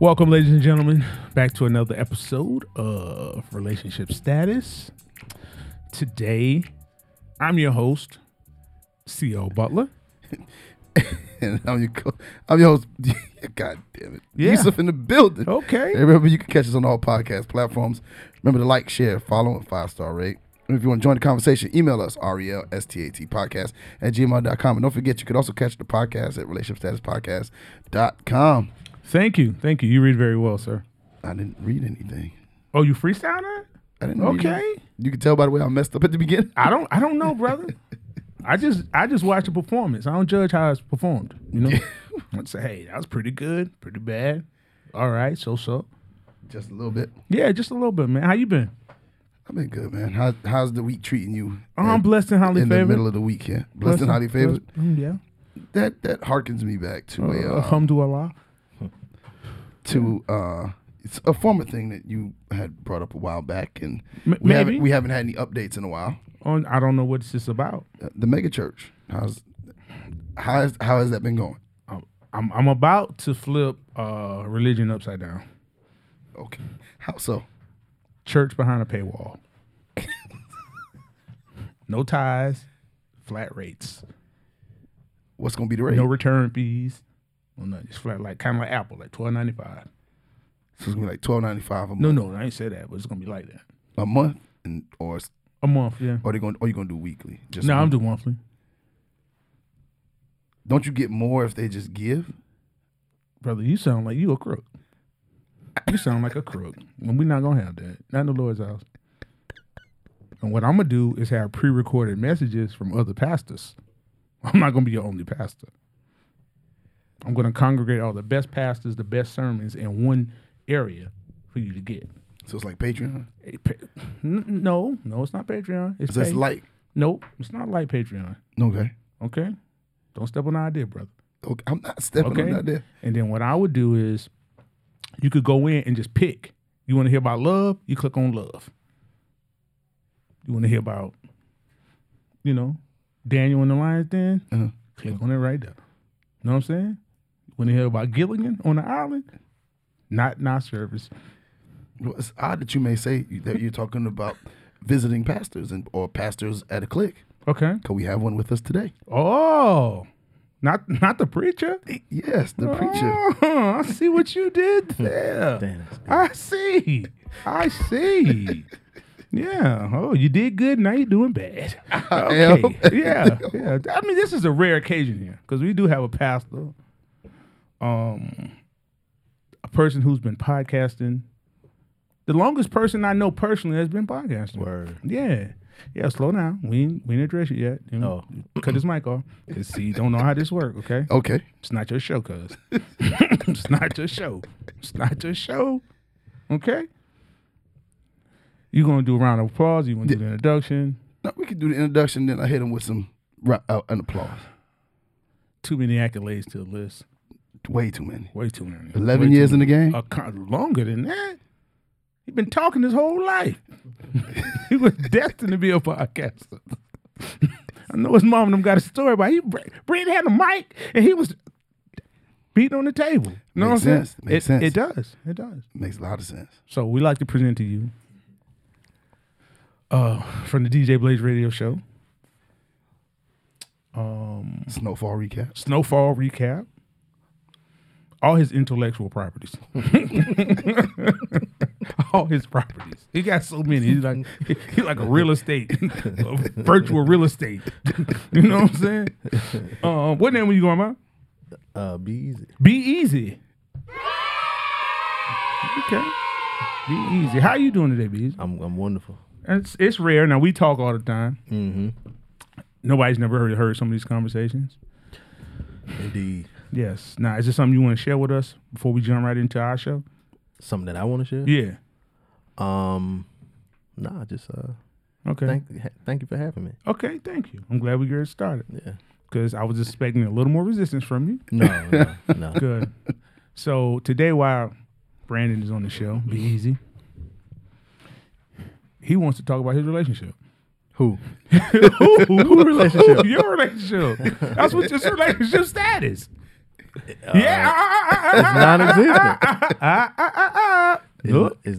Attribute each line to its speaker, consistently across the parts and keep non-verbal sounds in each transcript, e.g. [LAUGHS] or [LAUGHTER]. Speaker 1: Welcome, ladies and gentlemen, back to another episode of Relationship Status. Today, I'm your host, C.O. Butler.
Speaker 2: [LAUGHS] And I'm your, co- I'm your host. [LAUGHS] God damn it.
Speaker 1: Yeah.
Speaker 2: Yusuf in the building.
Speaker 1: Okay.
Speaker 2: Hey, remember, you can catch us on all podcast platforms. Remember to like, share, follow, and five star rate. And if you want to join the conversation, email us, E R-E-L-S-T-A-T podcast at gmail.com. And don't forget, you can also catch the podcast at relationshipstatuspodcast.com.
Speaker 1: Thank you. Thank you. You read very well, sir.
Speaker 2: I didn't read anything.
Speaker 1: Oh, you freestyling? that?
Speaker 2: I didn't read
Speaker 1: Okay.
Speaker 2: it. You can tell by the way I messed up at the beginning. [LAUGHS]
Speaker 1: I don't I don't know, brother. I just I just watch the performance. I don't judge how it's performed. You
Speaker 2: [LAUGHS]
Speaker 1: know? I say, hey, that was pretty good, pretty bad. All right, so so.
Speaker 2: Just a little bit.
Speaker 1: Yeah, just a little bit, man. How you been?
Speaker 2: I've been good, man. How, how's the week treating you?
Speaker 1: I'm blessed and highly
Speaker 2: in the
Speaker 1: favored.
Speaker 2: middle of the week, yeah. Blessed and highly favored.
Speaker 1: blessed- mm, yeah.
Speaker 2: That that harkens me back to
Speaker 1: Uh,
Speaker 2: a, uh,
Speaker 1: Alhamdulillah.
Speaker 2: to uh, it's a former thing that you had brought up a while back, and
Speaker 1: M-
Speaker 2: we
Speaker 1: maybe.
Speaker 2: haven't we haven't had any updates in a while.
Speaker 1: On Oh, I don't know what it's just about.
Speaker 2: Uh, the mega church, how's how is, how has that been going?
Speaker 1: I'm Um, I'm, I'm about to flip uh, religion upside down.
Speaker 2: Okay, how so?
Speaker 1: Church behind a paywall. [LAUGHS] no ties, flat rates,
Speaker 2: What's gonna be the rate?
Speaker 1: no return fees. Well, no, it's flat like kind of like Apple, like twelve ninety five.
Speaker 2: so it's gonna be like twelve ninety five a month,
Speaker 1: No, no, I ain't say that, but it's gonna be like that.
Speaker 2: a month, and or it's-
Speaker 1: A month, yeah.
Speaker 2: or they going or you gonna do weekly? Just
Speaker 1: No,
Speaker 2: a
Speaker 1: I'm
Speaker 2: month?
Speaker 1: doing monthly.
Speaker 2: Don't you get more if they just give?
Speaker 1: Brother, you sound like you a crook. You sound like a crook. And we're not gonna have that. Not in the Lord's house. And what I'm gonna do is have pre recorded messages from other pastors. [LAUGHS] I'm not gonna be your only pastor. I'm gonna congregate all the best pastors, the best sermons in one area for you to get.
Speaker 2: So it's like Patreon.
Speaker 1: Eh, pa- n- No, no, it's not Patreon. It's,
Speaker 2: So it's
Speaker 1: paid.
Speaker 2: like
Speaker 1: Nope, it's not like Patreon.
Speaker 2: okay,
Speaker 1: Okay? Don't step on our idea, brother.
Speaker 2: okay. I'm not stepping
Speaker 1: Okay.
Speaker 2: on that there.
Speaker 1: And then what I would do is you could go in and just pick. You want to hear about love? You click on love. You want to hear about, you know, Daniel and the Lions Den?
Speaker 2: Uh-huh.
Speaker 1: Click on it right there. You know what I'm saying? You want to hear about Gilligan on the island? Not not service.
Speaker 2: Well, it's odd that you may say you- that you're talking about visiting pastors and or pastors at a click.
Speaker 1: Okay.
Speaker 2: Cause we have one with us today.
Speaker 1: Oh, not not the preacher.
Speaker 2: Yes, the preacher.
Speaker 1: Oh, I see what you did there.
Speaker 3: Damn, that's
Speaker 1: I see. I see. Yeah. Oh, you did good. Now you're doing bad.
Speaker 2: am.
Speaker 1: Okay. Yeah. Yeah. I mean, this is a rare occasion here because we do have a pastor, um, a person who's been podcasting. The longest person I know personally has been podcasting.
Speaker 3: Word.
Speaker 1: Yeah. Yeah. Slow down. We ain't, we ain't address it yet. You know, Cut his mic off. Cause see, you don't know how this work. Okay.
Speaker 2: Okay.
Speaker 1: It's not your show, cuz. [LAUGHS] it's not your show. It's not your show. Okay? You gonna do a round of applause, you gonna do the introduction.
Speaker 2: Now we can do the introduction, then I hit him with some ra- uh, an applause.
Speaker 1: Too many accolades to the list.
Speaker 2: Way too many.
Speaker 1: Way too many.
Speaker 2: Eleven
Speaker 1: Way
Speaker 2: years
Speaker 1: too
Speaker 2: in the game.
Speaker 3: Uh,
Speaker 1: many. A con- longer than that. You've been talking his whole life. [LAUGHS] he was destined to be a podcaster. [LAUGHS] I know his mom and them got a story about he Brent had a mic and he was beating on the table. You know
Speaker 2: Makes
Speaker 1: what I'm
Speaker 2: sense.
Speaker 1: saying? it,
Speaker 2: Makes sense.
Speaker 1: it does. It does.
Speaker 2: Makes a lot of sense.
Speaker 1: So we like to present to you uh, from the DJ Blaze Radio Show
Speaker 2: Snowfall recap.
Speaker 1: Snowfall Recap, all his intellectual properties. [LAUGHS] all his properties. He got so many. He's like [LAUGHS] he like a real estate, a virtual real estate. [LAUGHS] you know what I'm saying? Uh, what name were you going by?
Speaker 3: Uh, be easy.
Speaker 1: Be easy. Okay. Be easy. How you doing today, Be Easy?
Speaker 3: I'm I'm wonderful.
Speaker 1: It's it's rare. Now we talk all the time.
Speaker 3: Mm-hmm.
Speaker 1: Nobody's never heard heard some of these conversations.
Speaker 3: Indeed.
Speaker 1: Yes. Now, is this something you want to share with us before we jump right into our show?
Speaker 3: Something that I want to share.
Speaker 1: Yeah.
Speaker 3: Um, nah, just uh,
Speaker 1: Okay.
Speaker 3: thank ha- thank you for having me.
Speaker 1: okay. Thank you. I'm glad we got it started
Speaker 3: Yeah.
Speaker 1: because I was [LAUGHS] expecting a little more resistance from you.
Speaker 3: No, no, no.
Speaker 1: Good. so today, while Brandon is on the show. Be easy. He wants to talk about his [LAUGHS] relationship.
Speaker 3: Who?
Speaker 1: Who, who
Speaker 3: relationship?
Speaker 1: Your relationship. That's what your relationship status. Uh,
Speaker 3: Uh,
Speaker 1: yeah.
Speaker 3: Non-existent.
Speaker 1: Nope.
Speaker 3: It's, it's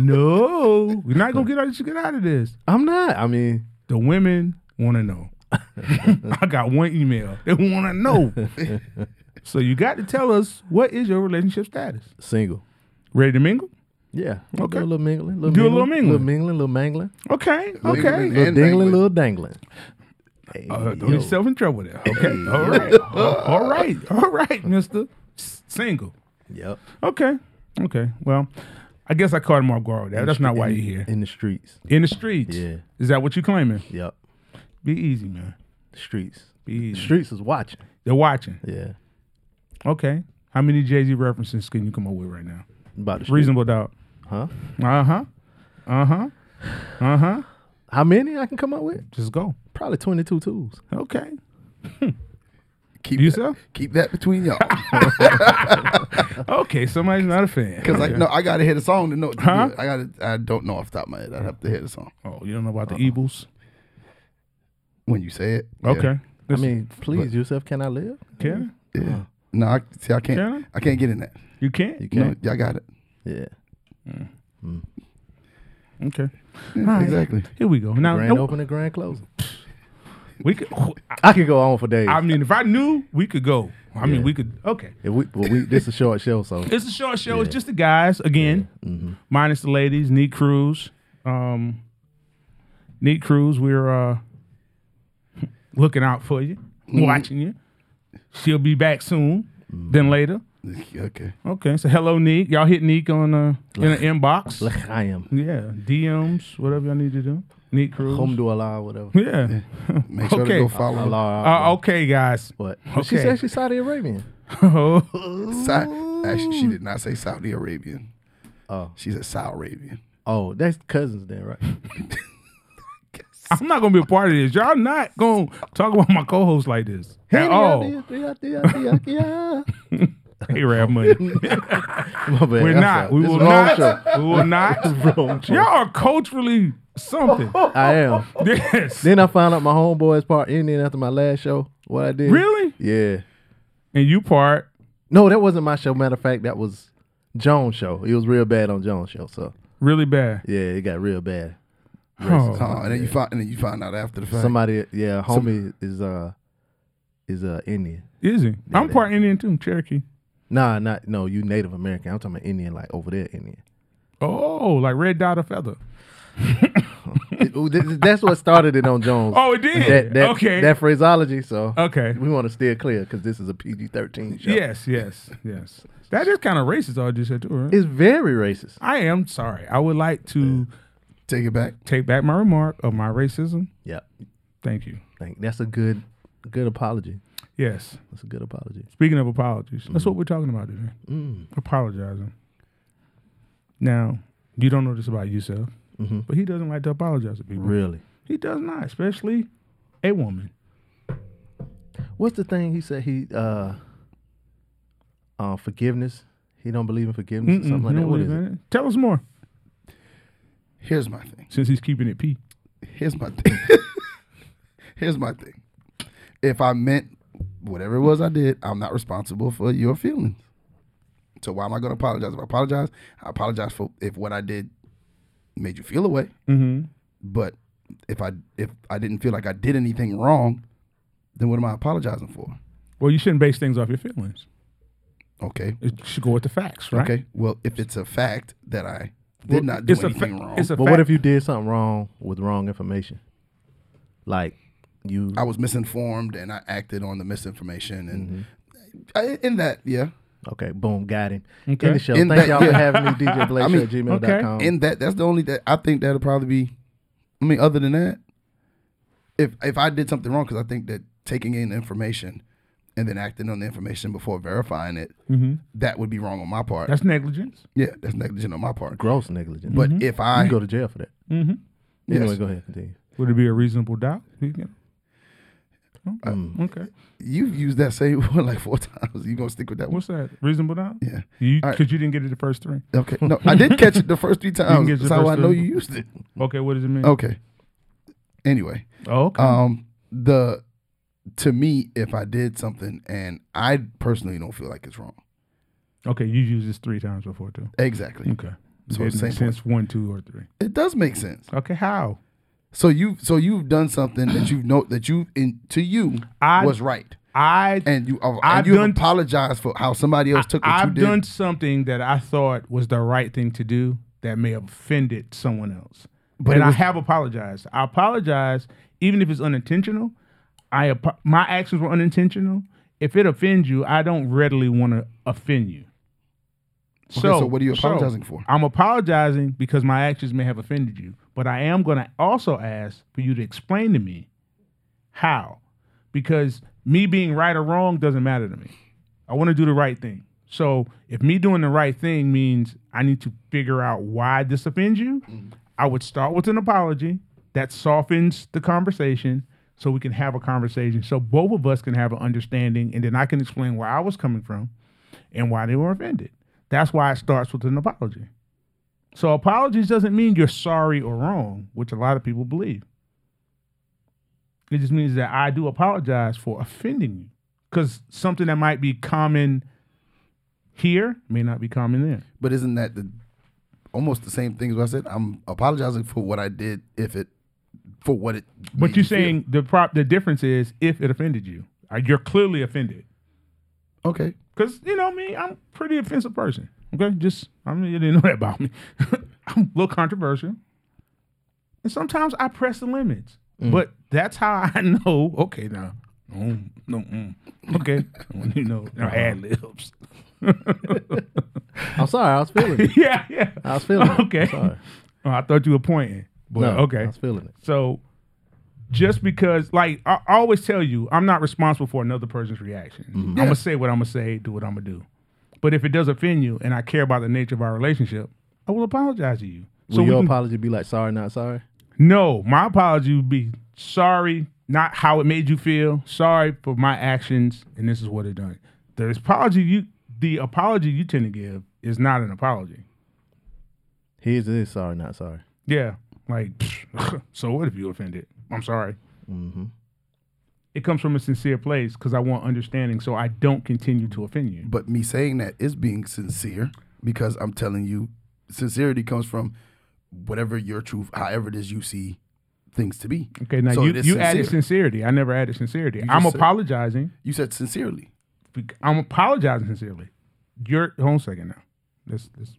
Speaker 1: [LAUGHS] No, we're not gonna get out. You get out of this.
Speaker 3: I'm not. I mean,
Speaker 1: The women want to know. [LAUGHS] I got one email. They want to
Speaker 3: [LAUGHS]
Speaker 1: know. so you got to tell us what is your relationship status.
Speaker 3: single.
Speaker 1: Ready to mingle?
Speaker 3: Yeah.
Speaker 1: Okay.
Speaker 3: Do a little mingling. Little
Speaker 1: Do a little
Speaker 3: mingling, Little mingling. Little mangling.
Speaker 1: Okay,
Speaker 2: Mingling
Speaker 1: okay.
Speaker 2: and
Speaker 3: Little dingling.
Speaker 2: mangling.
Speaker 3: Little dangling. Hey,
Speaker 1: Uh, don't
Speaker 3: yo.
Speaker 1: get yourself in trouble there. Okay, all
Speaker 3: [LAUGHS]
Speaker 1: right, all right, all right, Mister S- Single.
Speaker 3: Yep.
Speaker 1: Okay, okay. Well, I guess I caught him off guard. That- That's not why
Speaker 3: In-
Speaker 1: you're here.
Speaker 3: In the streets.
Speaker 1: In the streets.
Speaker 3: Yeah.
Speaker 1: Is that what you're claiming?
Speaker 3: Yep.
Speaker 1: Be easy, man.
Speaker 3: Streets.
Speaker 1: Be easy.
Speaker 3: Streets is watching.
Speaker 1: They're watching.
Speaker 3: Yeah.
Speaker 1: Okay. How many Jay Z references can you come up with right now?
Speaker 3: About the street.
Speaker 1: Reasonable doubt.
Speaker 3: Huh?
Speaker 1: Uh huh. Uh huh. Uh huh.
Speaker 3: How many I can come up with?
Speaker 1: Just go.
Speaker 3: Probably 22 twos.
Speaker 1: Okay.
Speaker 2: Keep
Speaker 1: You
Speaker 2: that,
Speaker 1: so?
Speaker 2: keep that
Speaker 1: [LAUGHS]
Speaker 2: between y'all.
Speaker 1: Okay. Somebody's not a fan.
Speaker 2: Because I no, I gotta hear the song to know. to do
Speaker 1: Huh?
Speaker 2: it. I gotta. I don't know off the top of my head. I'd have to hear the song
Speaker 1: Oh, you don't know about the
Speaker 3: Uh-uh.
Speaker 1: Eagles?
Speaker 2: when you say it. yeah.
Speaker 1: Okay.
Speaker 3: I
Speaker 1: This-
Speaker 3: mean, please yourself, can I live?
Speaker 1: can
Speaker 2: Yeah. No, I, see, I can't.
Speaker 1: Can
Speaker 2: I can't get in that.
Speaker 1: you can't?
Speaker 3: You
Speaker 2: No,
Speaker 3: can't.
Speaker 2: y'all got it.
Speaker 3: Yeah.
Speaker 1: Okay.
Speaker 2: Yeah,
Speaker 1: All right.
Speaker 2: Exactly.
Speaker 1: Here we go. Now,
Speaker 3: Grand
Speaker 1: no,
Speaker 3: opening, grand closing.
Speaker 1: we could.
Speaker 3: I could go on for days.
Speaker 1: I mean, if I knew, we could go. I mean,
Speaker 3: Yeah.
Speaker 1: we could. Okay.
Speaker 3: if we, but we, this is a short show, so Mm-hmm.
Speaker 1: It's a short show. It's just the guys again, minus the ladies. Neat Cruz, um, Neat Cruz. We're uh, [LAUGHS] looking out for you,
Speaker 3: Mm-hmm.
Speaker 1: watching you. She'll be back soon,
Speaker 3: Mm-hmm.
Speaker 1: then later.
Speaker 2: [LAUGHS] Okay.
Speaker 1: Okay, so hello, Neek. Y'all hit Neek on uh, in the inbox.
Speaker 3: like I am.
Speaker 1: Yeah, DMs, whatever y'all need to do. Neat Cruz.
Speaker 3: Home do Allah, whatever.
Speaker 1: [LAUGHS] Yeah.
Speaker 2: Make sure
Speaker 1: Hmm. Okay.
Speaker 2: to go follow.
Speaker 3: Allah.
Speaker 1: Uh, okay, guys. [LAUGHS]
Speaker 3: what?
Speaker 1: okay.
Speaker 3: She said she's Saudi Arabian.
Speaker 2: Si- Actually, she did not say Saudi Arabian.
Speaker 3: Oh.
Speaker 2: She's a Saudi Arabian.
Speaker 3: Oh, that's cousins then,
Speaker 1: [LAUGHS]
Speaker 3: right?
Speaker 1: I'm not gonna be a part of this. Y'all not gonna talk about my co-host like this at all. [LAUGHS] Hey, Rab Money. We're not. We will not. We will not. Y'all are culturally something.
Speaker 3: [LAUGHS]
Speaker 1: [LAUGHS]
Speaker 3: I am.
Speaker 1: yes.
Speaker 3: Then I found out my homeboy's part Indian after my last show. What I did.
Speaker 1: Really?
Speaker 3: Yeah.
Speaker 1: And you part.
Speaker 3: No, that wasn't my show. Matter of fact, that was Jones' show. It was real bad on Jones' show. So
Speaker 1: Really bad.
Speaker 3: yeah, it got real bad.
Speaker 1: Oh,
Speaker 2: Oh, and then you find and then you find out after the fact.
Speaker 3: Somebody, yeah, a homie is uh is uh Indian.
Speaker 1: is he? I'm part Indian too, Cherokee.
Speaker 3: Nah, not no. You Native American. I'm talking about Indian, like over there
Speaker 1: [LAUGHS]
Speaker 3: Indian.
Speaker 1: Oh, like red dot or feather.
Speaker 3: It- ooh, th- th- that's what started it on Jones.
Speaker 1: Oh, it did.
Speaker 3: that, that,
Speaker 1: okay. Uh,
Speaker 3: That phraseology. So
Speaker 1: okay.
Speaker 3: we want to steer clear because this is a PG-13 show.
Speaker 1: Yes. Yes. Yes. That is kind of racist. All you said too. Right?
Speaker 3: it's very racist.
Speaker 1: I am sorry. I would like to
Speaker 2: Take it back.
Speaker 1: take back my remark of my racism.
Speaker 3: Yeah,
Speaker 1: Thank you.
Speaker 3: Thank, that's a good good apology.
Speaker 1: Yes.
Speaker 3: That's a good apology. Mm,
Speaker 1: Speaking of apologies,
Speaker 3: Mm-hmm.
Speaker 1: that's what we're talking about today. Apologizing. Now, you don't know this about yourself, but he doesn't like to apologize to people.
Speaker 3: mm-hmm. Really.
Speaker 1: He does not, especially a woman.
Speaker 3: What's the thing he said? He uh, uh forgiveness. He don't believe in forgiveness or
Speaker 1: Mm-mm,
Speaker 3: Mm, something like
Speaker 1: you
Speaker 3: that.
Speaker 1: don't
Speaker 3: What is
Speaker 1: believe
Speaker 3: it?
Speaker 1: in it? Tell us more,
Speaker 2: Here's my thing.
Speaker 1: since he's keeping it P.
Speaker 2: Here's my thing. [LAUGHS] Here's my thing. If I meant whatever it was I did, I'm not responsible for your feelings. So why am I going to apologize? If I apologize, I apologize for if what I did made you feel a way.
Speaker 1: Mm-hmm.
Speaker 2: But if I if I didn't feel like I did anything wrong, then what am I apologizing for?
Speaker 1: Well, you shouldn't base things off your feelings.
Speaker 2: Okay.
Speaker 1: It should go with the facts, right?
Speaker 2: Okay. Well, if it's a fact that I did
Speaker 1: Well,
Speaker 2: not do
Speaker 1: it's a
Speaker 2: anything
Speaker 1: fa-
Speaker 2: wrong,
Speaker 1: It's a
Speaker 3: But
Speaker 1: fact.
Speaker 3: what if you did something wrong with wrong information? Like you,
Speaker 2: I was misinformed and I acted on the misinformation
Speaker 1: Mm-hmm.
Speaker 2: and I, in that, yeah.
Speaker 3: okay, boom, got him.
Speaker 1: Okay.
Speaker 3: In the show.
Speaker 2: In
Speaker 3: Thank
Speaker 2: that-
Speaker 3: y'all for
Speaker 2: yeah.
Speaker 3: having
Speaker 2: [LAUGHS]
Speaker 3: me, DJ Blaze
Speaker 2: I mean,
Speaker 3: at gmail.com.
Speaker 1: okay.
Speaker 2: in that that's the only that I think that'll probably be. I mean, other than that, if if I did something wrong, because I think that taking in information and then acting on the information before verifying it,
Speaker 1: Mm-hmm.
Speaker 2: that would be wrong on my part.
Speaker 1: That's negligence.
Speaker 2: yeah, that's negligent on my part.
Speaker 3: Gross negligence.
Speaker 2: But if
Speaker 3: you
Speaker 2: I
Speaker 3: can go to jail for that.
Speaker 1: Mm-hmm.
Speaker 2: yes,
Speaker 3: Anyway, go ahead, continue.
Speaker 1: Would it be a reasonable doubt? You can-
Speaker 2: Uh,
Speaker 3: Mm.
Speaker 1: Okay.
Speaker 2: You've used that same [LAUGHS] one like four times. You gonna stick with that
Speaker 1: [LAUGHS]
Speaker 2: one?
Speaker 1: What's that? Reasonable doubt?
Speaker 2: Yeah.
Speaker 1: You
Speaker 2: All right.
Speaker 1: because you didn't get it the first three.
Speaker 2: Okay. No, I did catch it the first three times.
Speaker 1: get your
Speaker 2: That's how
Speaker 1: first
Speaker 2: I know
Speaker 1: three.
Speaker 2: you used it.
Speaker 1: Okay, what does it mean?
Speaker 2: Okay. Anyway,
Speaker 1: Oh, okay.
Speaker 2: Oh, um, the to me, if I did something and I personally don't feel like it's wrong,
Speaker 1: okay, you used this three times before too.
Speaker 2: exactly,
Speaker 1: Okay.
Speaker 2: So
Speaker 1: it
Speaker 2: same
Speaker 1: makes sense one, two, or three.
Speaker 2: it does make sense.
Speaker 1: Okay, how?
Speaker 2: So you, so you've done something that you know that you in to you
Speaker 1: I-
Speaker 2: was right,
Speaker 1: I
Speaker 2: and you uh, and
Speaker 1: I've
Speaker 2: you
Speaker 1: done-
Speaker 2: apologized for how somebody else took what
Speaker 1: I've
Speaker 2: you did.
Speaker 1: done something that I thought was the right thing to do that may have offended someone else. But
Speaker 2: it
Speaker 1: and I
Speaker 2: was-
Speaker 1: have apologized. I apologize even if it's unintentional. I apo- my actions were unintentional. If it offends you, I don't readily want to offend you.
Speaker 2: Okay, so what are you apologizing for?
Speaker 1: I'm apologizing because my actions may have offended you, but I am going to also ask for you to explain to me how, because me being right or wrong doesn't matter to me. I want to do the right thing. So if me doing the right thing means I need to figure out why this offends you, I would start with an apology that softens the conversation so we can have a conversation so both of us can have an understanding and then I can explain where I was coming from and why they were offended. That's why it starts with an apology. So apologies doesn't mean you're sorry or wrong, which a lot of people believe. It just means that I do apologize for offending you because something that might be common here may not be common there.
Speaker 2: But isn't that the almost the same thing as what I said? I'm apologizing for what I did if it for what it.
Speaker 1: But
Speaker 2: made
Speaker 1: you're
Speaker 2: you feel.
Speaker 1: saying the prop the difference is if it offended you, Uh, you're clearly offended
Speaker 2: okay?
Speaker 1: because you know me, I'm a pretty offensive person. Okay, just I mean you didn't know that about me. [LAUGHS] I'm a little controversial, and sometimes I press the limits.
Speaker 3: Mm.
Speaker 1: But that's how I [LAUGHS] know. Okay, now. Mm, no, mm. Okay, you
Speaker 3: [LAUGHS]
Speaker 1: know, now ad libs. [LAUGHS]
Speaker 3: I'm sorry, I was feeling it.
Speaker 1: yeah, yeah.
Speaker 3: I was feeling
Speaker 1: [LAUGHS]
Speaker 3: it. I'm
Speaker 1: Okay.
Speaker 3: sorry.
Speaker 1: Oh, I thought you were pointing. But
Speaker 3: No,
Speaker 1: okay.
Speaker 3: I was feeling it.
Speaker 1: So just because, like, I I always tell you, I'm not responsible for another person's reaction. I'm gonna say what I'm gonna say, do what I'm gonna do. But if it does offend you, and I care about the nature of our relationship, I will apologize to you.
Speaker 3: Will
Speaker 1: we
Speaker 3: your
Speaker 1: can-
Speaker 3: apology be like sorry, not sorry?
Speaker 1: no, my apology would be sorry, not how it made you feel. Sorry for my actions, and this is what it done. The apology you, the apology you tend to give is not an apology.
Speaker 3: His is sorry, not sorry.
Speaker 1: Yeah. Like, [LAUGHS] so what if you offended? I'm sorry.
Speaker 3: Mm-hmm.
Speaker 1: It comes from a sincere place because I want understanding so I don't continue to offend you.
Speaker 2: But me saying that is being sincere because I'm telling you, sincerity comes from whatever your truth, however it is you see things to be.
Speaker 1: Okay, now
Speaker 2: So
Speaker 1: you,
Speaker 2: it is
Speaker 1: you added
Speaker 2: sincere.
Speaker 1: sincerity. I never added sincerity.
Speaker 2: just
Speaker 1: I'm
Speaker 2: said-
Speaker 1: apologizing.
Speaker 2: You said sincerely.
Speaker 1: bec- I'm apologizing sincerely. You're hold on a second now. This this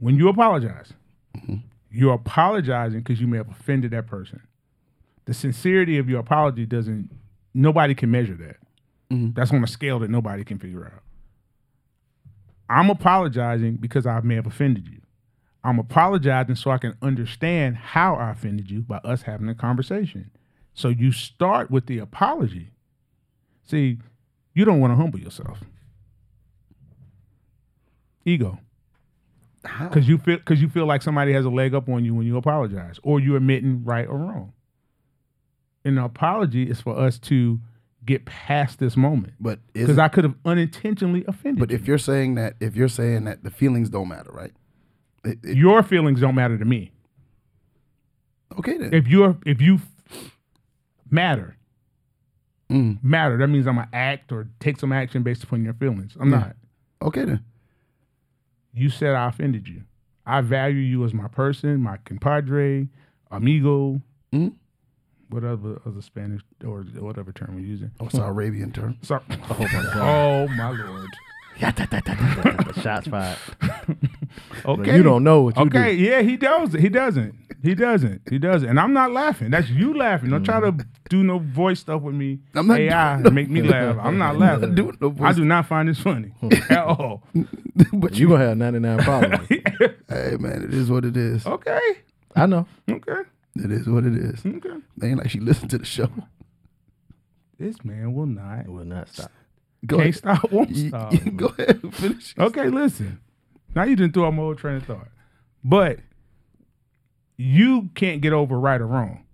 Speaker 1: when you apologize, you're apologizing because you may have offended that person. The sincerity of your apology doesn't nobody can measure that. That's on a scale that nobody can figure out. I'm apologizing because I may have offended you. I'm apologizing so I can understand how I offended you by us having a conversation. So you start with the apology. See, you don't want to humble yourself. Ego.
Speaker 2: How?
Speaker 1: Because you feel because you feel like somebody has a leg up on you when you apologize, or you're admitting right or wrong. And an apology is for us to get past this moment.
Speaker 2: But is
Speaker 1: Because I could have unintentionally offended.
Speaker 2: but if you're saying that if you're saying that the feelings don't matter, right? It- it-
Speaker 1: your feelings don't matter to me,
Speaker 2: okay then.
Speaker 1: if you're if you matter
Speaker 2: Mm.
Speaker 1: matter, that means I'm gonna act or take some action based upon your feelings. I'm not.
Speaker 2: okay then.
Speaker 1: you said I offended you. I value you as my person, my compadre, amigo,
Speaker 2: Mhm.
Speaker 1: whatever other Spanish or whatever term we're using.
Speaker 2: Oh, it's an Arabian term.
Speaker 1: So,
Speaker 3: Oh my god.
Speaker 1: [LAUGHS] oh my lord.
Speaker 3: Shots fired.
Speaker 1: Okay.
Speaker 3: You don't know what you
Speaker 1: Okay, yeah, he does. He doesn't. He doesn't. He doesn't. And I'm not laughing. That's you laughing. Don't try to do no voice stuff with me.
Speaker 2: I'm not
Speaker 1: AI
Speaker 2: doing no-
Speaker 1: make me laugh. I'm not
Speaker 3: I'm not
Speaker 1: laughing.
Speaker 2: [LAUGHS] doing no
Speaker 1: I
Speaker 2: voice-
Speaker 1: do not find this funny [LAUGHS] at all.
Speaker 2: but
Speaker 3: do. You gonna have
Speaker 1: [LAUGHS]
Speaker 3: 99 problems.
Speaker 2: hey man, it is what it is.
Speaker 1: okay.
Speaker 3: I know.
Speaker 1: Okay.
Speaker 2: It is what it is.
Speaker 1: Okay.
Speaker 2: They ain't like she listened to the show. [LAUGHS]
Speaker 1: This man will not.
Speaker 3: It will not stop.
Speaker 2: Go
Speaker 1: Can't
Speaker 2: ahead.
Speaker 1: stop, won't
Speaker 2: You-
Speaker 1: stop. Oh.
Speaker 2: you go ahead and finish.
Speaker 1: Okay, listen. Now you didn't throw out my whole train of thought. But you can't get over right or wrong.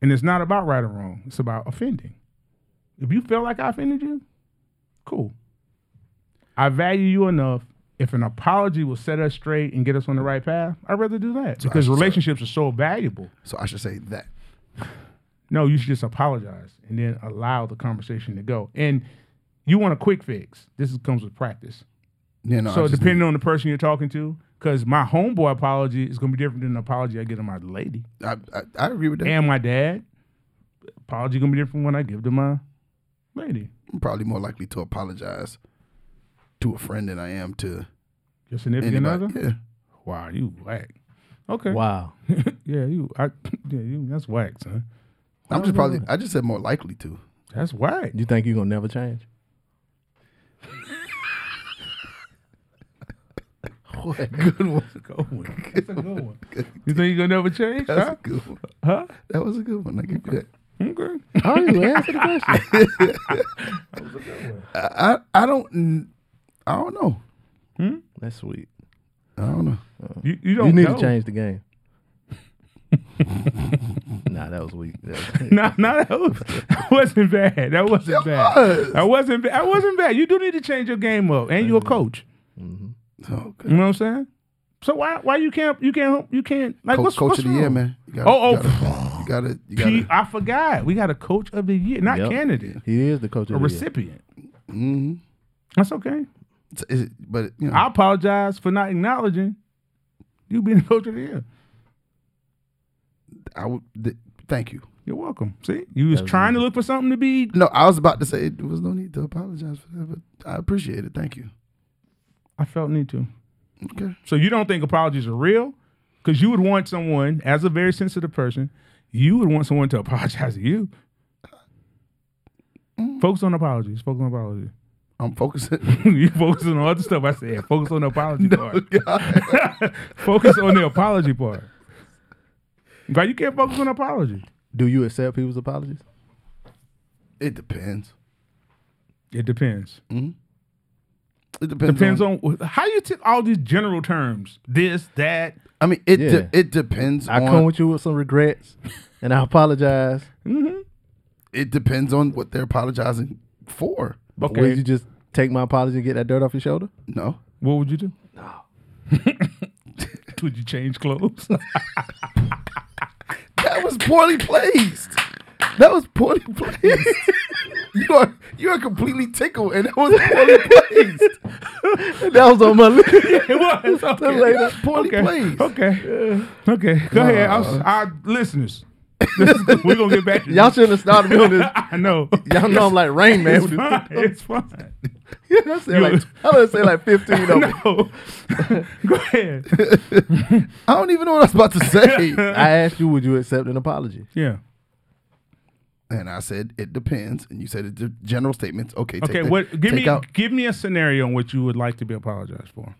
Speaker 1: And it's not about right or wrong. It's about offending. If you feel like I offended you, cool. I value you enough. If an apology will set us straight and get us on the right path, I'd rather do that
Speaker 2: So I
Speaker 1: because
Speaker 2: should say-
Speaker 1: relationships are so valuable.
Speaker 2: So I should say that.
Speaker 1: No, you should just apologize and then allow the conversation to go. And you want a quick fix. This is, comes with practice.
Speaker 2: You know, I
Speaker 1: so
Speaker 2: just
Speaker 1: depending on the person you're talking to, because my homeboy apology is going to be different than the apology I get to my lady
Speaker 2: need- I, I, I agree with that.
Speaker 1: and my dad. Apology going to be different when I give to my lady.
Speaker 2: I'm probably more likely to apologize to a friend than I am to
Speaker 1: Your significant
Speaker 2: anybody.
Speaker 1: other?
Speaker 2: Yeah.
Speaker 1: Wow, you whack. Okay.
Speaker 3: Wow.
Speaker 1: [LAUGHS] yeah, you. I, [LAUGHS] yeah, you. That's whack, son.
Speaker 2: I'm just probably. I just said more likely to. [LAUGHS]
Speaker 1: That's whack.
Speaker 3: You think you're gonna never change?
Speaker 2: Good one.
Speaker 1: Good one. That's a good one. You think you're gonna never change?
Speaker 2: [LAUGHS] That's
Speaker 1: Huh?
Speaker 2: a good one.
Speaker 1: huh?
Speaker 2: That was a good one. I give you that.
Speaker 1: Okay.
Speaker 3: How do
Speaker 2: [LAUGHS]
Speaker 3: you answer the question?
Speaker 2: I, I I don't. mm, I don't know.
Speaker 3: That's sweet.
Speaker 2: I don't know.
Speaker 1: You, you don't
Speaker 3: You need
Speaker 1: know. [LAUGHS]
Speaker 3: to change the game. nah, that was weak. That was-
Speaker 1: No, no, that, was, that wasn't bad. That wasn't bad.
Speaker 2: was.
Speaker 1: That wasn't bad. That wasn't bad. You do need to change your game up, and you're a coach.
Speaker 2: Oh, good.
Speaker 1: You know what I'm saying? So why why you can't you can't you can't like
Speaker 2: Co-
Speaker 1: what's
Speaker 2: coach
Speaker 1: what's
Speaker 2: of the year,
Speaker 1: wrong?
Speaker 2: man. You gotta,
Speaker 1: Oh,
Speaker 2: you
Speaker 1: oh,
Speaker 2: gotta, you gotta,
Speaker 1: P, I forgot. We got a coach of the year, not
Speaker 3: Yep.
Speaker 1: candidate,
Speaker 3: [LAUGHS] He is the coach
Speaker 1: a
Speaker 3: of the year.
Speaker 1: recipient.
Speaker 2: hmm
Speaker 1: That's okay.
Speaker 2: It's, it's, but you know,
Speaker 1: I apologize for not acknowledging you being the coach of the year.
Speaker 2: I would. Th- thank you.
Speaker 1: You're welcome. See, you was
Speaker 3: That was
Speaker 1: trying to look for something to be.
Speaker 2: No, I was about to say there was no need to apologize for that, but I appreciate it. Thank you.
Speaker 1: I felt need to.
Speaker 2: Okay.
Speaker 1: So you don't think apologies are real? Because you would want someone, as a very sensitive person, you would want someone to [LAUGHS] apologize to you.
Speaker 2: Mm.
Speaker 1: Focus on apologies. Focus on apologies.
Speaker 2: I'm focusing.
Speaker 1: [LAUGHS] you focus on all the stuff I said. Focus on the apology part.
Speaker 2: God.
Speaker 1: [LAUGHS] focus on the apology part. But you can't focus on apology.
Speaker 3: Do you accept people's apologies?
Speaker 2: it depends. Mm-hmm.
Speaker 1: It depends.
Speaker 2: It depends.
Speaker 1: Depends on how you take all these general terms. This, that.
Speaker 2: I mean, it de-
Speaker 3: Yeah.
Speaker 2: it depends
Speaker 3: I
Speaker 2: on.
Speaker 3: come with you with some regrets, and I apologize.
Speaker 2: it depends on what they're apologizing for.
Speaker 3: But
Speaker 1: Okay.
Speaker 3: Would you just take my apology and get that dirt off
Speaker 1: [LAUGHS]
Speaker 3: your shoulder?
Speaker 2: No.
Speaker 1: What would you do? No. [LAUGHS] would you change
Speaker 3: [LAUGHS]
Speaker 1: clothes? [LAUGHS]
Speaker 2: That was poorly placed. That was poorly [LAUGHS] placed. you are you are completely tickled, and that was poorly [LAUGHS] placed.
Speaker 3: that was on my list.
Speaker 1: It was
Speaker 2: [LAUGHS]
Speaker 1: okay.
Speaker 2: later. Poorly
Speaker 1: okay.
Speaker 2: placed.
Speaker 1: Okay. Okay. Go ahead. I'll, our listeners, [LAUGHS] this is- we're gonna get back to
Speaker 3: Y'all
Speaker 1: this.
Speaker 3: shouldn't have started me on this.
Speaker 1: [LAUGHS] I know.
Speaker 3: Y'all know I'm like Rain Man.
Speaker 1: [LAUGHS] It's
Speaker 3: with
Speaker 1: fine.
Speaker 3: this-
Speaker 1: It's fine.
Speaker 3: I said like, I done said like 15
Speaker 2: [LAUGHS]
Speaker 3: of
Speaker 1: [LAUGHS]
Speaker 3: them.
Speaker 1: No. Go ahead.
Speaker 2: I don't even know what I was
Speaker 1: [LAUGHS]
Speaker 2: about to say.
Speaker 3: I asked you, would you accept an apology?
Speaker 1: Yeah.
Speaker 2: and I said it depends, and you said it's a general statements. Okay. take
Speaker 1: Okay.
Speaker 2: that-
Speaker 1: What? Give
Speaker 2: take
Speaker 1: me.
Speaker 2: out-
Speaker 1: Give me a scenario in which you would like to be apologized for.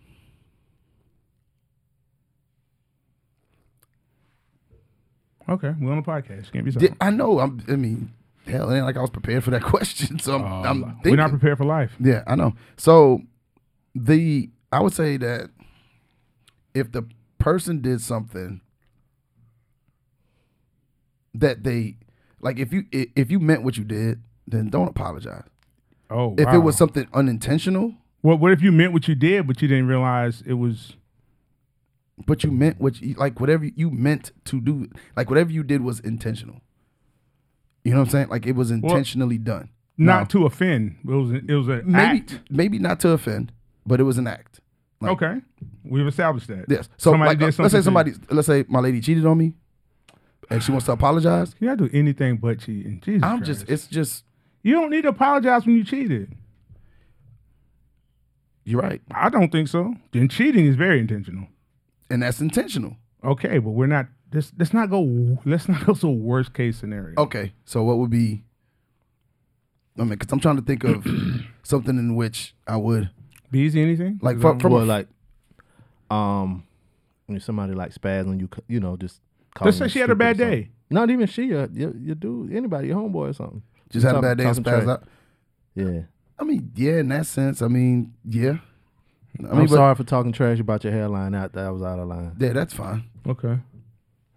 Speaker 1: Okay, we're on the podcast. Can't be
Speaker 2: Di-
Speaker 1: something.
Speaker 2: I know. I'm. I mean, hell, it ain't like I was prepared for that [LAUGHS] question. So I'm. I'm
Speaker 1: Um,
Speaker 2: thinking.
Speaker 1: we're not prepared for life.
Speaker 2: Yeah, I know. So the I would say that if the person did something that they like if you i- if you meant what you did, then don't apologize.
Speaker 1: Oh,
Speaker 2: If
Speaker 1: wow.
Speaker 2: it was something unintentional,
Speaker 1: What what if you meant what you did, but you didn't realize it was
Speaker 2: but you meant what you like whatever you meant to do, like whatever you did was intentional. You know what I'm saying? Like it was intentionally done.
Speaker 1: not to offend? It was it was an
Speaker 2: Maybe
Speaker 1: act.
Speaker 2: maybe not to offend, but it was an act. Like,
Speaker 1: okay, we've established that.
Speaker 2: Yes. So
Speaker 1: Somebody
Speaker 2: like,
Speaker 1: did
Speaker 2: uh,
Speaker 1: something to
Speaker 2: let's say
Speaker 1: you.
Speaker 2: somebody, let's say my lady cheated on me, and she wants to apologize.
Speaker 1: You gotta do anything but cheating. Jesus,
Speaker 2: I'm
Speaker 1: Christ.
Speaker 2: just, it's just,
Speaker 1: you don't need to apologize when you cheated.
Speaker 2: you're right,
Speaker 1: I don't think so. Then cheating is very intentional.
Speaker 2: and that's intentional.
Speaker 1: Okay, but we're not. Let's let's not go. Let's not go to worst case scenario.
Speaker 2: Okay. So what would be? I mean, because I'm trying to
Speaker 1: [CLEARS THROAT]
Speaker 2: think of something in which I would
Speaker 1: Be easy anything
Speaker 2: like
Speaker 1: Is
Speaker 2: from,
Speaker 1: that-
Speaker 2: from
Speaker 3: Well,
Speaker 2: a,
Speaker 3: like, um, when somebody like spaz on you, c- you know, just calling
Speaker 1: Let's say
Speaker 3: you
Speaker 1: she had a
Speaker 3: stupid
Speaker 1: bad
Speaker 3: or something.
Speaker 1: day.
Speaker 3: Not even she, your, your, your dude, anybody, your homeboy or something.
Speaker 2: just had a
Speaker 3: Talk-
Speaker 2: bad day and
Speaker 3: talking
Speaker 2: spazzed
Speaker 3: trash.
Speaker 2: out.
Speaker 3: Yeah.
Speaker 2: I mean, yeah, in that sense, I mean, yeah. I mean,
Speaker 3: I'm
Speaker 2: but-
Speaker 3: sorry for talking trash about your hairline. Out that I was out of line.
Speaker 2: Yeah, that's fine.
Speaker 1: Okay,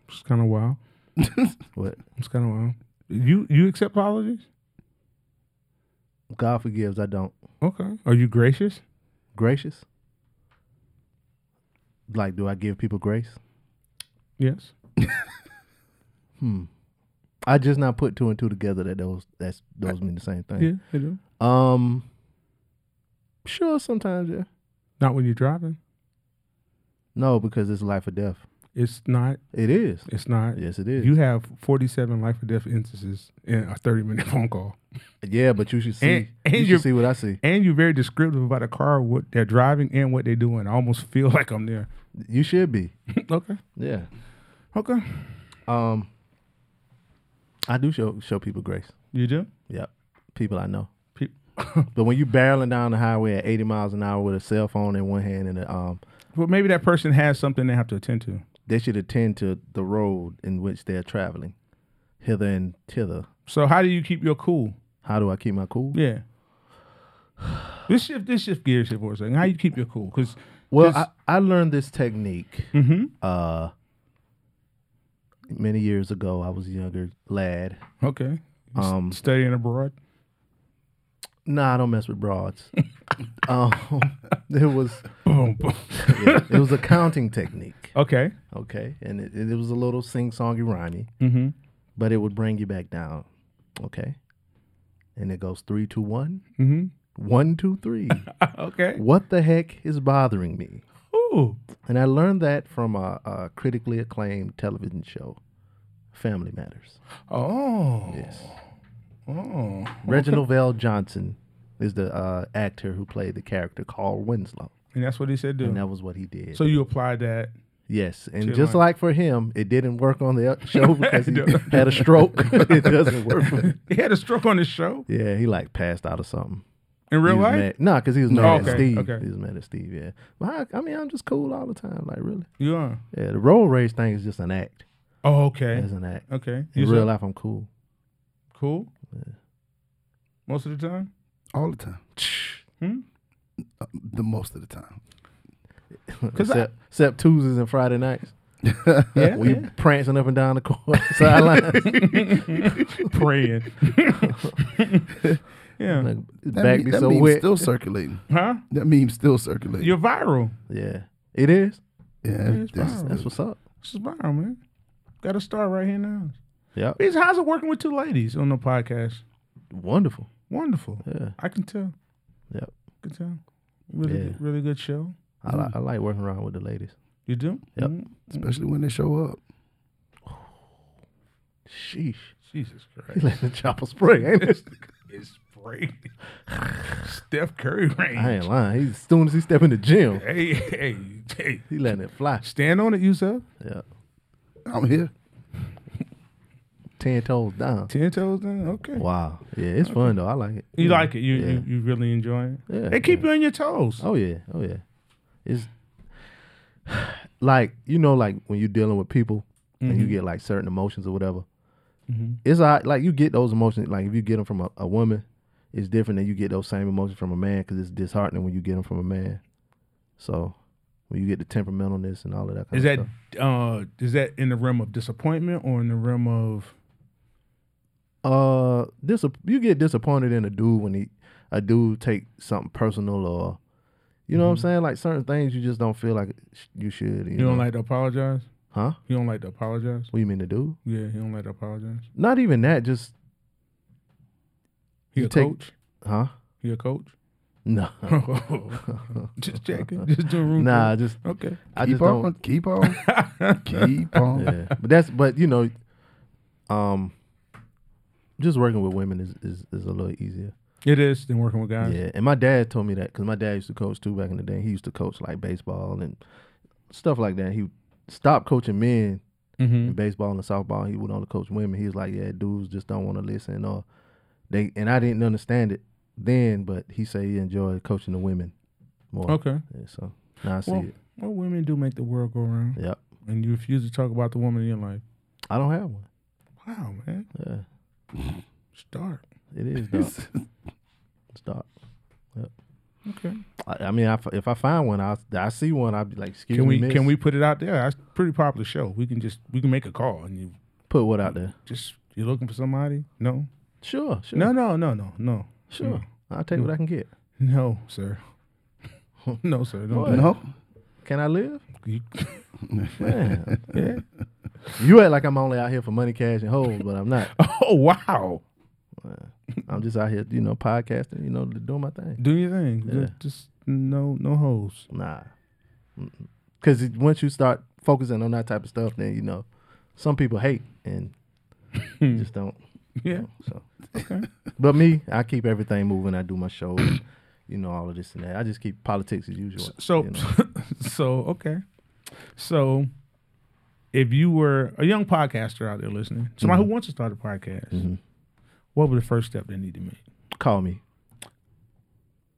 Speaker 1: it's kind of wild.
Speaker 3: What?
Speaker 1: It's kind of wild. You you accept apologies?
Speaker 3: God forgives. I don't.
Speaker 1: Okay. Are you gracious?
Speaker 3: Gracious. Like, do I give people grace?
Speaker 1: Yes.
Speaker 3: Hmm. I just not put two and two together that those that's those mean the same
Speaker 1: Yeah,
Speaker 3: thing.
Speaker 1: I do.
Speaker 3: Um. Sure, sometimes yeah.
Speaker 1: Not when you're driving.
Speaker 3: No, because it's life or death.
Speaker 1: It's not.
Speaker 3: It is.
Speaker 1: It's not.
Speaker 3: Yes, it is.
Speaker 1: You have 47 life or death instances in a 30 minute [LAUGHS] phone call,
Speaker 3: yeah, but you should see.
Speaker 1: And- and
Speaker 3: you
Speaker 1: you're-
Speaker 3: should see what I see.
Speaker 1: and you're very descriptive about a car, what they're driving, and what they're doing. I almost feel [LAUGHS] like I'm there.
Speaker 3: You should be.
Speaker 1: okay.
Speaker 3: Yeah.
Speaker 1: Okay.
Speaker 3: Um. I do show show people grace.
Speaker 1: You do.
Speaker 3: Yep. People I know.
Speaker 1: Peop-
Speaker 3: But when you barreling down the highway at 80 miles an hour with a cell phone in one hand and a, um,
Speaker 1: Well, maybe that person has something they have to attend to.
Speaker 3: they should attend to the road in which they're traveling, hither and thither.
Speaker 1: So how do you keep your cool?
Speaker 3: How do I keep my cool?
Speaker 1: [SIGHS] Yeah. This shift, this shift gears here for a second. How you keep your cool? Because
Speaker 3: Well,
Speaker 1: Just-
Speaker 3: I, I learned this technique
Speaker 1: Mm-hmm.
Speaker 3: uh, many years ago. I was a younger lad.
Speaker 1: okay,
Speaker 3: Um,
Speaker 1: studying abroad.
Speaker 3: nah, I don't mess with broads. [LAUGHS] um, it was
Speaker 1: Boom, boom.
Speaker 3: yeah, it was a counting technique,
Speaker 1: Okay.
Speaker 3: okay, and it, it was a little sing songy rhymey.
Speaker 1: Mm-hmm.
Speaker 3: but it would bring you back down. Okay. And it goes three, two, one.
Speaker 1: Mm-hmm. [LAUGHS]
Speaker 3: One, two, three.
Speaker 1: okay.
Speaker 3: what the heck is bothering me?
Speaker 1: Ooh.
Speaker 3: And I learned that from a, a critically acclaimed television show, Family Matters.
Speaker 1: Oh.
Speaker 3: Yes.
Speaker 1: Oh.
Speaker 3: [LAUGHS] Reginald Vell Johnson is the uh, actor who played the character Carl Winslow.
Speaker 1: And that's what he said. Do.
Speaker 3: And that was what he did.
Speaker 1: So you applied that. [LAUGHS]
Speaker 3: yes. And
Speaker 1: Chill
Speaker 3: just
Speaker 1: out.
Speaker 3: like for him, it didn't work on the
Speaker 1: [LAUGHS]
Speaker 3: show because he
Speaker 1: No.
Speaker 3: had
Speaker 1: [LAUGHS]
Speaker 3: a stroke. [LAUGHS] it doesn't work for him.
Speaker 1: He had a stroke on his show
Speaker 3: Yeah, he like passed out or something.
Speaker 1: in real life.
Speaker 3: No, because he was mad
Speaker 1: Oh,
Speaker 3: at
Speaker 1: okay,
Speaker 3: Steve.
Speaker 1: okay.
Speaker 3: He was mad at Steve. Yeah, but I, I mean, I'm just cool all the time. Like really,
Speaker 1: You are.
Speaker 3: yeah. The road rage thing is just an act.
Speaker 1: Oh, okay.
Speaker 3: It's an act.
Speaker 1: Okay.
Speaker 3: In
Speaker 1: You
Speaker 3: real
Speaker 1: so
Speaker 3: life, I'm cool. [LAUGHS]
Speaker 1: cool.
Speaker 3: Yeah.
Speaker 1: Most of the time.
Speaker 2: [LAUGHS] all the time,
Speaker 3: [LAUGHS]
Speaker 1: Hmm?
Speaker 2: Uh, the most of the time.
Speaker 3: except, except Tuesdays and Friday nights.
Speaker 1: Yeah.
Speaker 3: We prancing up and down the court
Speaker 2: [LAUGHS]
Speaker 3: [LAUGHS]
Speaker 1: [LAUGHS]
Speaker 3: sideline.
Speaker 1: Praying. [LAUGHS] yeah.
Speaker 3: like, his
Speaker 2: That,
Speaker 3: back
Speaker 2: meme-
Speaker 3: be
Speaker 2: that
Speaker 3: so
Speaker 2: meme's
Speaker 3: wet.
Speaker 2: still circulating.
Speaker 1: Huh?
Speaker 2: That meme's still circulating.
Speaker 1: You're viral.
Speaker 3: yeah, it is.
Speaker 2: yeah,
Speaker 1: it's
Speaker 2: that's-
Speaker 1: fine.
Speaker 3: That's what's up.
Speaker 1: This is viral, man. Got a star right here now.
Speaker 3: Yeah,
Speaker 1: Biz, how's it working with two ladies on the podcast?
Speaker 3: wonderful.
Speaker 1: Wonderful.
Speaker 3: Yeah,
Speaker 1: I can tell.
Speaker 3: Yep.
Speaker 1: Can tell. Really,
Speaker 3: Yeah.
Speaker 1: good, really good show.
Speaker 3: I, li-
Speaker 1: Hmm.
Speaker 3: I like working around with the ladies.
Speaker 1: You do?
Speaker 3: Yep.
Speaker 1: Mm.
Speaker 2: especially when they show up.
Speaker 3: Sheesh,
Speaker 1: Jesus
Speaker 3: he
Speaker 1: Christ. [LAUGHS]
Speaker 3: let the chopper spray. Ain't it?
Speaker 1: it's spray. Steph Curry range.
Speaker 3: [LAUGHS] I ain't lying. He as soon as he step in the gym,
Speaker 1: Hey, hey, hey.
Speaker 3: he letting it fly.
Speaker 1: Stand on it, Yusuf.
Speaker 3: Yeah,
Speaker 2: I'm here.
Speaker 3: ten toes down.
Speaker 1: Ten toes down. Okay.
Speaker 3: Wow. Yeah, it's fun though. I like it.
Speaker 1: You
Speaker 3: Yeah.
Speaker 1: like it. You,
Speaker 3: Yeah.
Speaker 1: you you really enjoy it.
Speaker 3: Yeah,
Speaker 1: They keep
Speaker 3: yeah.
Speaker 1: you on your toes.
Speaker 3: Oh yeah. Oh yeah. It's [SIGHS] like you know, like when you're dealing with people and
Speaker 1: Mm-hmm.
Speaker 3: you get like certain emotions or whatever.
Speaker 1: Mhm.
Speaker 3: It's all right, like you get those emotions. Like if you get them from a, a woman, it's different than you get those same emotions from a man because it's disheartening when you get them from a man. So when you get the temperamentalness and all of that. Kind
Speaker 1: Is
Speaker 3: of
Speaker 1: that
Speaker 3: stuff.
Speaker 1: uh is that in the realm of disappointment or in the realm of
Speaker 3: Uh, dis- you get disappointed in a dude when he a dude take something personal or you know what I'm saying? Like certain things you just don't feel like sh- you should. You,
Speaker 1: you don't
Speaker 3: know?
Speaker 1: like to apologize?
Speaker 3: huh?
Speaker 1: You don't like to apologize?
Speaker 3: What you mean the dude?
Speaker 1: Yeah, he don't like to apologize.
Speaker 3: Not even that. Just
Speaker 1: He
Speaker 3: You
Speaker 1: a
Speaker 3: take-
Speaker 1: coach?
Speaker 3: huh? [LAUGHS]
Speaker 1: He a coach? Oh,
Speaker 3: No,
Speaker 1: [LAUGHS] just checking. Just doing room.
Speaker 3: nah. Just
Speaker 1: tour. Okay.
Speaker 3: I
Speaker 2: keep
Speaker 3: just
Speaker 2: on,
Speaker 3: [LAUGHS]
Speaker 2: [LAUGHS]
Speaker 3: don't.
Speaker 2: keep on, keep on.
Speaker 3: Yeah, but that's but you know, um, just working with women is is, is a little easier.
Speaker 1: [LAUGHS] It is than working with guys.
Speaker 3: Yeah, and my dad told me that because my dad used to coach too back in the day. He used to coach like baseball and stuff like that. He stopped coaching men
Speaker 1: Mm-hmm.
Speaker 3: in baseball and softball. He would only coach women. He was like, yeah, dudes just don't want to listen or they. And I didn't understand it then, but he said he enjoyed coaching the women more.
Speaker 1: Okay.
Speaker 3: Yeah, so now I see
Speaker 1: Well-
Speaker 3: it.
Speaker 1: Well, women do make the world go round,
Speaker 3: Yep.
Speaker 1: and you refuse to talk about the woman in your life.
Speaker 3: I don't have one.
Speaker 1: Wow, man,
Speaker 3: Yeah,
Speaker 1: start. [LAUGHS]
Speaker 3: it is dark. it's dark.
Speaker 1: Okay.
Speaker 3: I, I mean, I f if I find one, I I see one, I'll be like, excuse
Speaker 1: Can we
Speaker 3: me. miss."
Speaker 1: can we put it out there? That's a pretty popular show. We can just we can make a call and you
Speaker 3: Put what out there?
Speaker 1: Just you looking for somebody? No.
Speaker 3: Sure, sure,
Speaker 1: No, no, no, no, no.
Speaker 3: sure.
Speaker 1: Hmm.
Speaker 3: I'll take what I can get.
Speaker 1: No, sir. [LAUGHS] no, sir. Don't do that.
Speaker 2: [LAUGHS] No.
Speaker 3: Can I live? [LAUGHS]
Speaker 1: You- Hmm.
Speaker 3: Man,
Speaker 1: yeah.
Speaker 3: you act like I'm only out here for money, cash, and hoes, but I'm not.
Speaker 1: Oh wow.
Speaker 3: I'm just out here, you know, podcasting, you know, doing my thing.
Speaker 1: Do your thing. Ju-
Speaker 3: Yeah.
Speaker 1: Just, no no hoes.
Speaker 3: Nah, because once you start focusing on that type of stuff, then you know, some people hate and you [LAUGHS] just don't.
Speaker 1: Yeah.
Speaker 3: So,
Speaker 1: Okay.
Speaker 3: but me, I keep everything moving. I do my shows, [COUGHS] you know, all of this and that. I just keep politics as usual.
Speaker 1: So
Speaker 3: you know.
Speaker 1: [LAUGHS] so okay. So if you were a young podcaster out there listening, somebody
Speaker 3: Mm-hmm.
Speaker 1: who wants to start a podcast,
Speaker 3: Mhm.
Speaker 1: what would the first step they need to make?
Speaker 3: call me.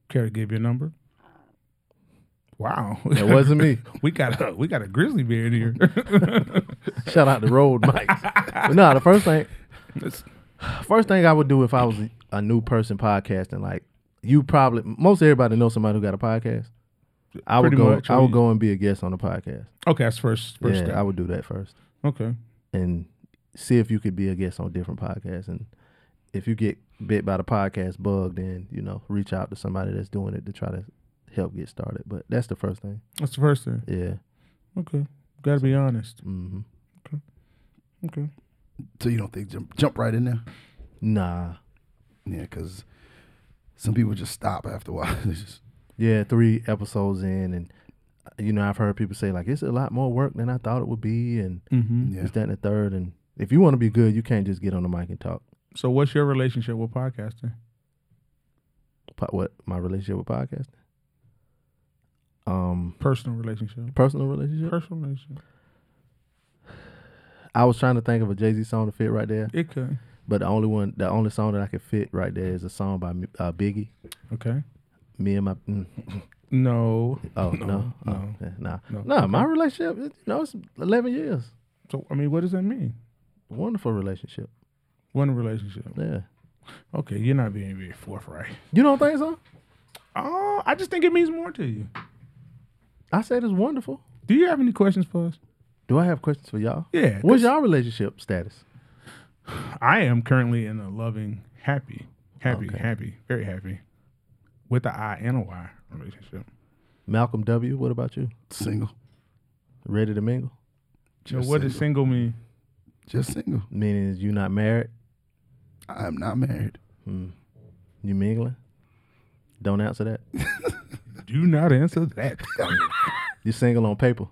Speaker 1: Care to give your number? Wow.
Speaker 3: That wasn't me.
Speaker 1: [LAUGHS] we got a we got a grizzly bear in here.
Speaker 3: Shout out the road mics. But no, the first thing,
Speaker 1: That's-
Speaker 3: [SIGHS] first thing I would do if I was a new person podcasting, like you probably most everybody knows somebody who got a podcast. [LAUGHS] I would
Speaker 1: Pretty
Speaker 3: go.
Speaker 1: much,
Speaker 3: I
Speaker 1: or
Speaker 3: would
Speaker 1: you-
Speaker 3: go and be a guest on the podcast.
Speaker 1: okay, that's first first
Speaker 3: yeah,
Speaker 1: step.
Speaker 3: I would do that first
Speaker 1: okay.
Speaker 3: and see if you could be a guest on different podcasts. And if you get bit by the podcast bug, then you know reach out to somebody that's doing it to try to help get started. But that's the first thing.
Speaker 1: That's the first thing.
Speaker 3: Yeah.
Speaker 1: Okay. Gotta be honest.
Speaker 3: hmm
Speaker 1: Okay.
Speaker 2: So you don't think jump jump right in there?
Speaker 3: Nah.
Speaker 2: Yeah, because some people just stop after a while. [LAUGHS] They just-
Speaker 3: Yeah, three episodes in, and uh, you know I've heard people say like it's a lot more work than I thought it would be, and
Speaker 1: Mm-hmm.
Speaker 2: yeah.
Speaker 3: it's that and the third. And if you want to be good, you can't just get on the mic and talk.
Speaker 1: So what's your relationship with podcasting?
Speaker 3: Po- What my relationship with podcasting? Um,
Speaker 1: Personal relationship.
Speaker 3: personal relationship.
Speaker 1: Personal relationship.
Speaker 3: I was trying to think of a Jay Z song to fit right there,
Speaker 1: It could.
Speaker 3: but the only one, the only song that I could fit right there is a song by M- uh, Biggie.
Speaker 1: Okay.
Speaker 3: Me and my mm,
Speaker 1: No. No,
Speaker 3: oh no no
Speaker 1: no,
Speaker 3: yeah, nah
Speaker 1: no.
Speaker 3: no, my relationship it- you know it's eleven years
Speaker 1: So I mean, what does that mean?
Speaker 3: wonderful relationship
Speaker 1: One relationship.
Speaker 3: yeah
Speaker 1: Okay, you're not being very forthright.
Speaker 3: you don't think so
Speaker 1: Oh, I just think it means more to you.
Speaker 3: I said it's wonderful
Speaker 1: Do you have any questions for us?
Speaker 3: do I have questions for y'all
Speaker 1: Yeah, 'cause-
Speaker 3: what's y'all relationship status
Speaker 1: I am currently in a loving, happy, happy,
Speaker 3: Okay.
Speaker 1: happy, very happy, with a I and a Y relationship.
Speaker 3: Malcolm W what about you
Speaker 2: single.
Speaker 3: ready to mingle
Speaker 1: So
Speaker 2: Just
Speaker 1: what does single mean?
Speaker 2: Just single.
Speaker 3: meaning is you not married
Speaker 2: I'm not married.
Speaker 3: Hmm. you mingling don't answer that
Speaker 1: Do not answer that. [LAUGHS]
Speaker 3: you single on paper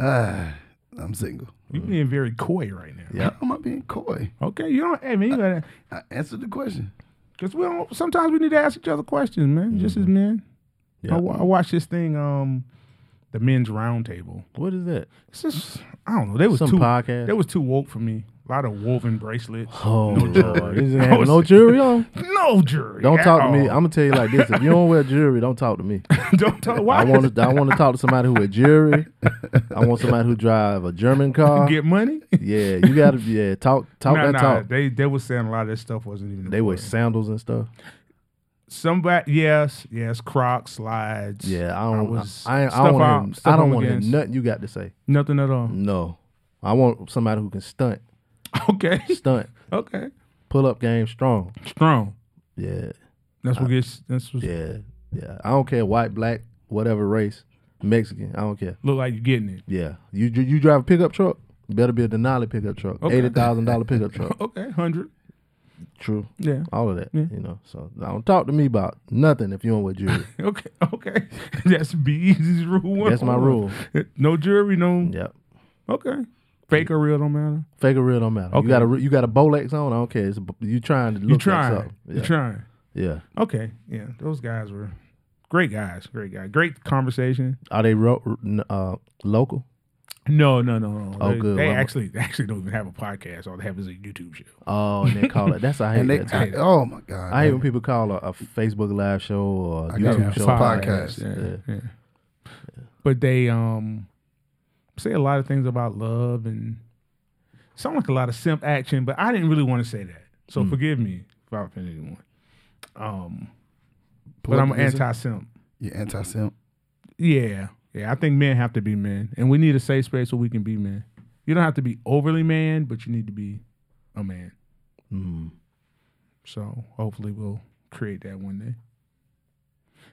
Speaker 2: Ah, I'm single.
Speaker 1: You're being very coy right now.
Speaker 3: yeah
Speaker 2: How am I being coy?
Speaker 1: Okay, you don't. Hey man, you gotta.
Speaker 2: I answered the question.
Speaker 1: Cause we don't. Sometimes we need to ask each other questions, man. Just
Speaker 3: Mm-hmm.
Speaker 1: as men.
Speaker 3: yeah
Speaker 1: I, wa- I watched this thing, um, the men's roundtable.
Speaker 3: what is that
Speaker 1: It's just I don't know. They was
Speaker 3: some
Speaker 1: too.
Speaker 3: podcast
Speaker 1: They was too woke for me. A lot of woven bracelets.
Speaker 3: oh no
Speaker 1: jury. [LAUGHS]
Speaker 3: ain't no jury on
Speaker 1: No jury.
Speaker 3: Don't
Speaker 1: at
Speaker 3: talk to me.
Speaker 1: all.
Speaker 3: I'm gonna tell you like this: if you don't wear jewelry, don't talk to me.
Speaker 1: don't talk. [LAUGHS] Why? [LAUGHS]
Speaker 3: I want to. I want to talk to somebody who wear jewelry. I want somebody who drive a German car.
Speaker 1: get money.
Speaker 3: yeah, you gotta. Yeah, talk, [LAUGHS] talk
Speaker 1: Nah,
Speaker 3: that
Speaker 1: nah,
Speaker 3: talk.
Speaker 1: They they were saying a lot of that stuff wasn't even.
Speaker 3: They wear
Speaker 1: important.
Speaker 3: sandals and stuff.
Speaker 1: somebody. Yes, yes. Crocs, slides.
Speaker 3: Yeah, I don't. I,
Speaker 1: was-
Speaker 3: I, I
Speaker 1: stuff I'm-
Speaker 3: don't want. to
Speaker 1: stuff
Speaker 3: I don't
Speaker 1: I'm
Speaker 3: want to hear
Speaker 1: against.
Speaker 3: nothing you got to say.
Speaker 1: nothing at all. [LAUGHS]
Speaker 3: No, I want somebody who can stunt,
Speaker 1: Okay,
Speaker 3: stunt,
Speaker 1: okay.
Speaker 3: pull up game strong.
Speaker 1: Strong.
Speaker 3: Yeah,
Speaker 1: That's what gets. That's what
Speaker 3: yeah, yeah. I don't care white, black, whatever race, Mexican. I don't care.
Speaker 1: look like you're getting it. [LAUGHS]
Speaker 3: Yeah, you you you drive a pickup truck. Better be a Denali pickup truck,
Speaker 1: Okay.
Speaker 3: eighty thousand dollar
Speaker 1: [LAUGHS]
Speaker 3: pickup truck.
Speaker 1: Okay, hundred.
Speaker 3: True.
Speaker 1: Yeah.
Speaker 3: All of that.
Speaker 1: Yeah.
Speaker 3: You know. So don't talk to me about nothing if you don't
Speaker 1: [LAUGHS]
Speaker 3: wear jewelry.
Speaker 1: [LAUGHS] Okay. Okay. [LAUGHS] That's B's rule. one
Speaker 3: That's my
Speaker 1: oh one.
Speaker 3: rule.
Speaker 1: [LAUGHS] No jury. No.
Speaker 3: Yep.
Speaker 1: Okay. Fake or real don't matter.
Speaker 3: Fake or real don't matter.
Speaker 1: Okay.
Speaker 3: You got a re- you got a Bolex on. I don't care. It's a, you trying to look
Speaker 1: You
Speaker 3: like
Speaker 1: trying.
Speaker 3: something.
Speaker 1: You
Speaker 3: Yeah.
Speaker 1: trying.
Speaker 3: yeah.
Speaker 1: Okay. Yeah. Those guys were great guys. Great guy. Great conversation.
Speaker 3: Are they ro- n- uh, local?
Speaker 1: No, no, no, no.
Speaker 3: Oh,
Speaker 1: they,
Speaker 3: good.
Speaker 1: They
Speaker 3: Well, I'm-
Speaker 1: actually they actually don't even have a podcast. All they have is a YouTube show. [LAUGHS]
Speaker 3: Oh, and they call it. That's I hate
Speaker 2: And they,
Speaker 3: that. Too.
Speaker 2: oh my god.
Speaker 3: I hate when people call a, a Facebook live show or a
Speaker 2: I gotta
Speaker 3: YouTube
Speaker 2: have
Speaker 3: show.
Speaker 2: a podcast.
Speaker 1: podcast. Yeah, yeah. But they um say a lot of things about love and sound like a lot of simp action. But I didn't really want to say that, so
Speaker 2: Hmm.
Speaker 1: forgive me if I offended anyone. Um, but I'm
Speaker 2: Plug this in.
Speaker 1: anti-simp.
Speaker 2: You're anti-simp.
Speaker 1: Yeah, yeah. I think men have to be men, and we need a safe space where we can be men. You don't have to be overly man, but you need to be a man.
Speaker 3: Mm.
Speaker 1: So hopefully we'll create that one day.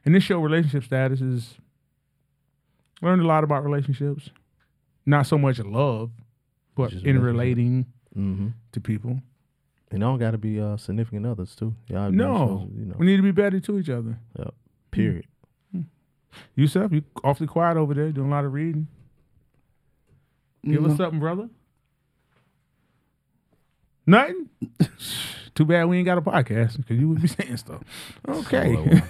Speaker 1: And this show, relationship status, is learned a lot about relationships. Not so much love, but
Speaker 3: Just
Speaker 1: in
Speaker 3: relationship.
Speaker 1: relating
Speaker 3: hmm
Speaker 1: to people.
Speaker 3: And I don't got to be uh, significant others too. Y'all
Speaker 1: No.
Speaker 3: you know,
Speaker 1: We need to be better to each other.
Speaker 3: period.
Speaker 1: Yourself, you awfully quiet over there, doing a lot of reading. Give
Speaker 2: No.
Speaker 1: us something, brother. Nothing. [SIGHS] Too bad we ain't got a podcast because you would be [LAUGHS] saying stuff. Okay.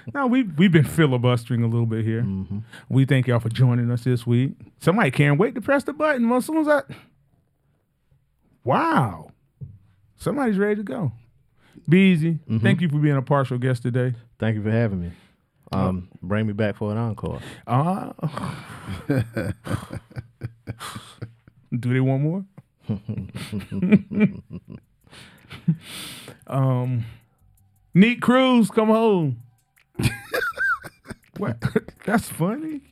Speaker 1: [LAUGHS] no, we we've been filibustering a little bit here.
Speaker 3: hmm
Speaker 1: We thank y'all for joining us this week. Somebody can't wait to press the button. Well, as soon as I, wow, somebody's ready to go. Be easy. Thank you for being a partial guest today.
Speaker 3: Thank you for having me. Um, bring me back for an encore.
Speaker 1: Uh, [LAUGHS] do they want more? [LAUGHS] um, Neat Cruz, come home. [LAUGHS] what? [LAUGHS] That's funny.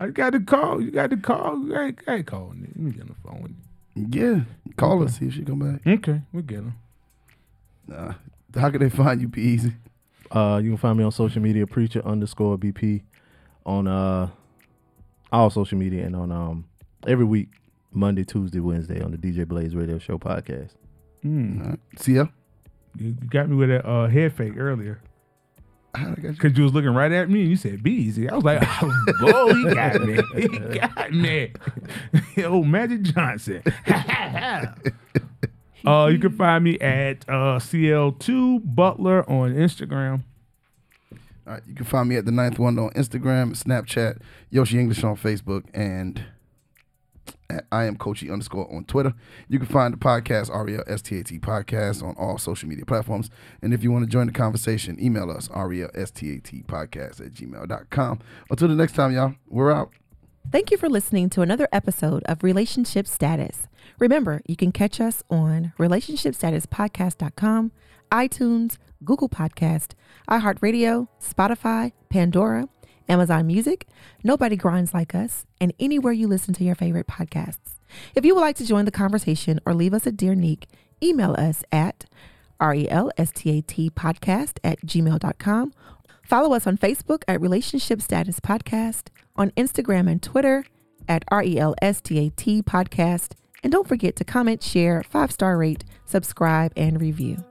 Speaker 1: I got to call. You got to call. I ain't, I ain't calling. Let me get on the phone with you.
Speaker 2: Yeah, call us see if she come back.
Speaker 1: Okay, we get him.
Speaker 2: Nah. How can they find you? Be easy.
Speaker 3: Uh, you can find me on social media, preacher underscore BP, on uh, all social media and on um every week, Monday, Tuesday, Wednesday on the DJ Blaze Radio Show podcast.
Speaker 1: Hmm.
Speaker 2: All right. See ya.
Speaker 1: You you got me with that uh, head fake earlier [LAUGHS]
Speaker 2: How did I got you?
Speaker 1: because you was looking right at me and you said be easy. I was like, [LAUGHS] oh, he got me. He got me. [LAUGHS] Yo, Magic Johnson. [LAUGHS] uh, you can find me at uh, CL2 Butler on Instagram.
Speaker 2: All right, you can find me at the ninth one on Instagram, Snapchat, Yoshi English on Facebook, and at I am Coachy underscore on Twitter. You can find the podcast R E L S T A T podcast on all social media platforms. And if you want to join the conversation, email us R E L S T A T podcast at gmail.com. Until the next time, y'all, we're out.
Speaker 4: Thank you for listening to another episode of Relationship Status. Remember, you can catch us on relationshipstatuspodcast.com, iTunes, Google Podcast, iHeartRadio, Spotify, Pandora, Amazon Music, Nobody Grinds Like Us, and anywhere you listen to your favorite podcasts. If you would like to join the conversation or leave us a dear nick, email us at E R-E-L-S-T-A-T podcast at gmail.com. Follow us on Facebook at Relationship Status Podcast, on Instagram and Twitter at E R-E-L-S-T-A-T podcast. And don't forget to comment, share, five-star rate, subscribe, and review.